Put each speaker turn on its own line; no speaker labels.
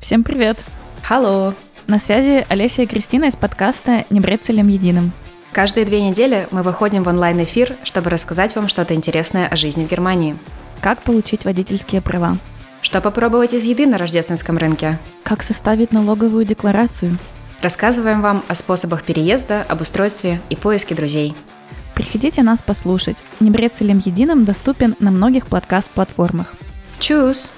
Всем привет!
Hello!
На связи Олеся и Кристина из подкаста «Не бред целем единым».
Каждые две недели мы выходим в онлайн-эфир, чтобы рассказать вам что-то интересное о жизни в Германии.
Как получить водительские права?
Что попробовать из еды на рождественском рынке?
Как составить налоговую декларацию?
Рассказываем вам о способах переезда, об устройстве и поиске друзей.
Приходите нас послушать. «Не бред целем единым» доступен на многих подкаст-платформах.
Чус!